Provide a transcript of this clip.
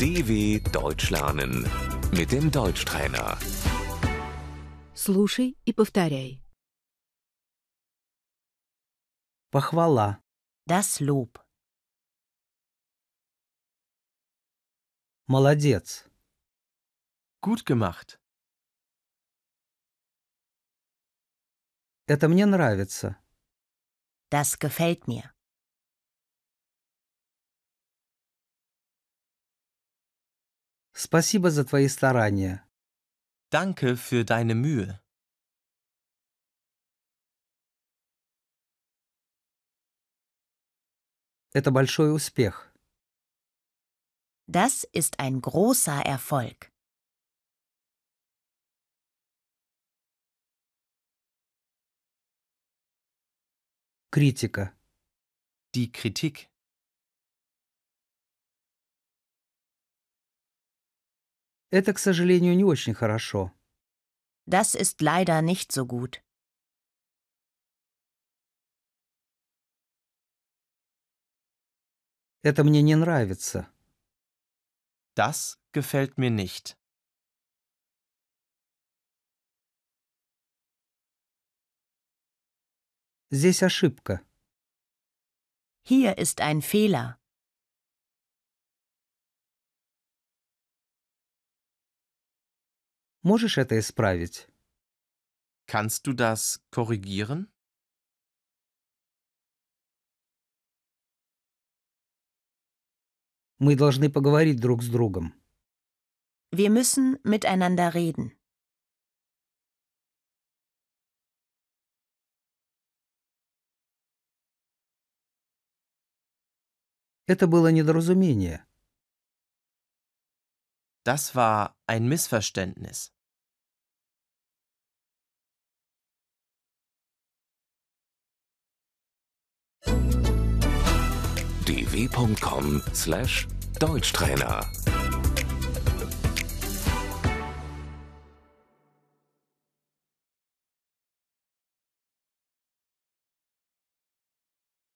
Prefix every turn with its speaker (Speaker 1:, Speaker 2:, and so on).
Speaker 1: DW Deutsch lernen mit dem Deutschtrainer.
Speaker 2: Слушай и повторяй.
Speaker 3: Похвала.
Speaker 4: Das Lob.
Speaker 3: Молодец.
Speaker 5: Gut gemacht.
Speaker 3: Это мне нравится.
Speaker 4: Das gefällt mir.
Speaker 3: Спасибо за твои старания.
Speaker 5: Danke für deine Mühe.
Speaker 3: Это большой успех.
Speaker 4: Das ist ein großer Erfolg.
Speaker 3: Критика.
Speaker 5: Die Kritik.
Speaker 3: Это, к сожалению, не очень хорошо.
Speaker 4: Das ist leider nicht so gut.
Speaker 3: Это мне не нравится.
Speaker 5: Das gefällt mir nicht.
Speaker 3: Здесь ошибка.
Speaker 4: Hier ist ein Fehler.
Speaker 3: Можешь это исправить?
Speaker 5: Kannst du das korrigieren?
Speaker 3: Мы должны поговорить друг с другом.
Speaker 4: Wir müssen miteinander reden.
Speaker 3: Это было недоразумение.
Speaker 5: Das war ein Missverständnis.
Speaker 1: dw.com/deutschtrainer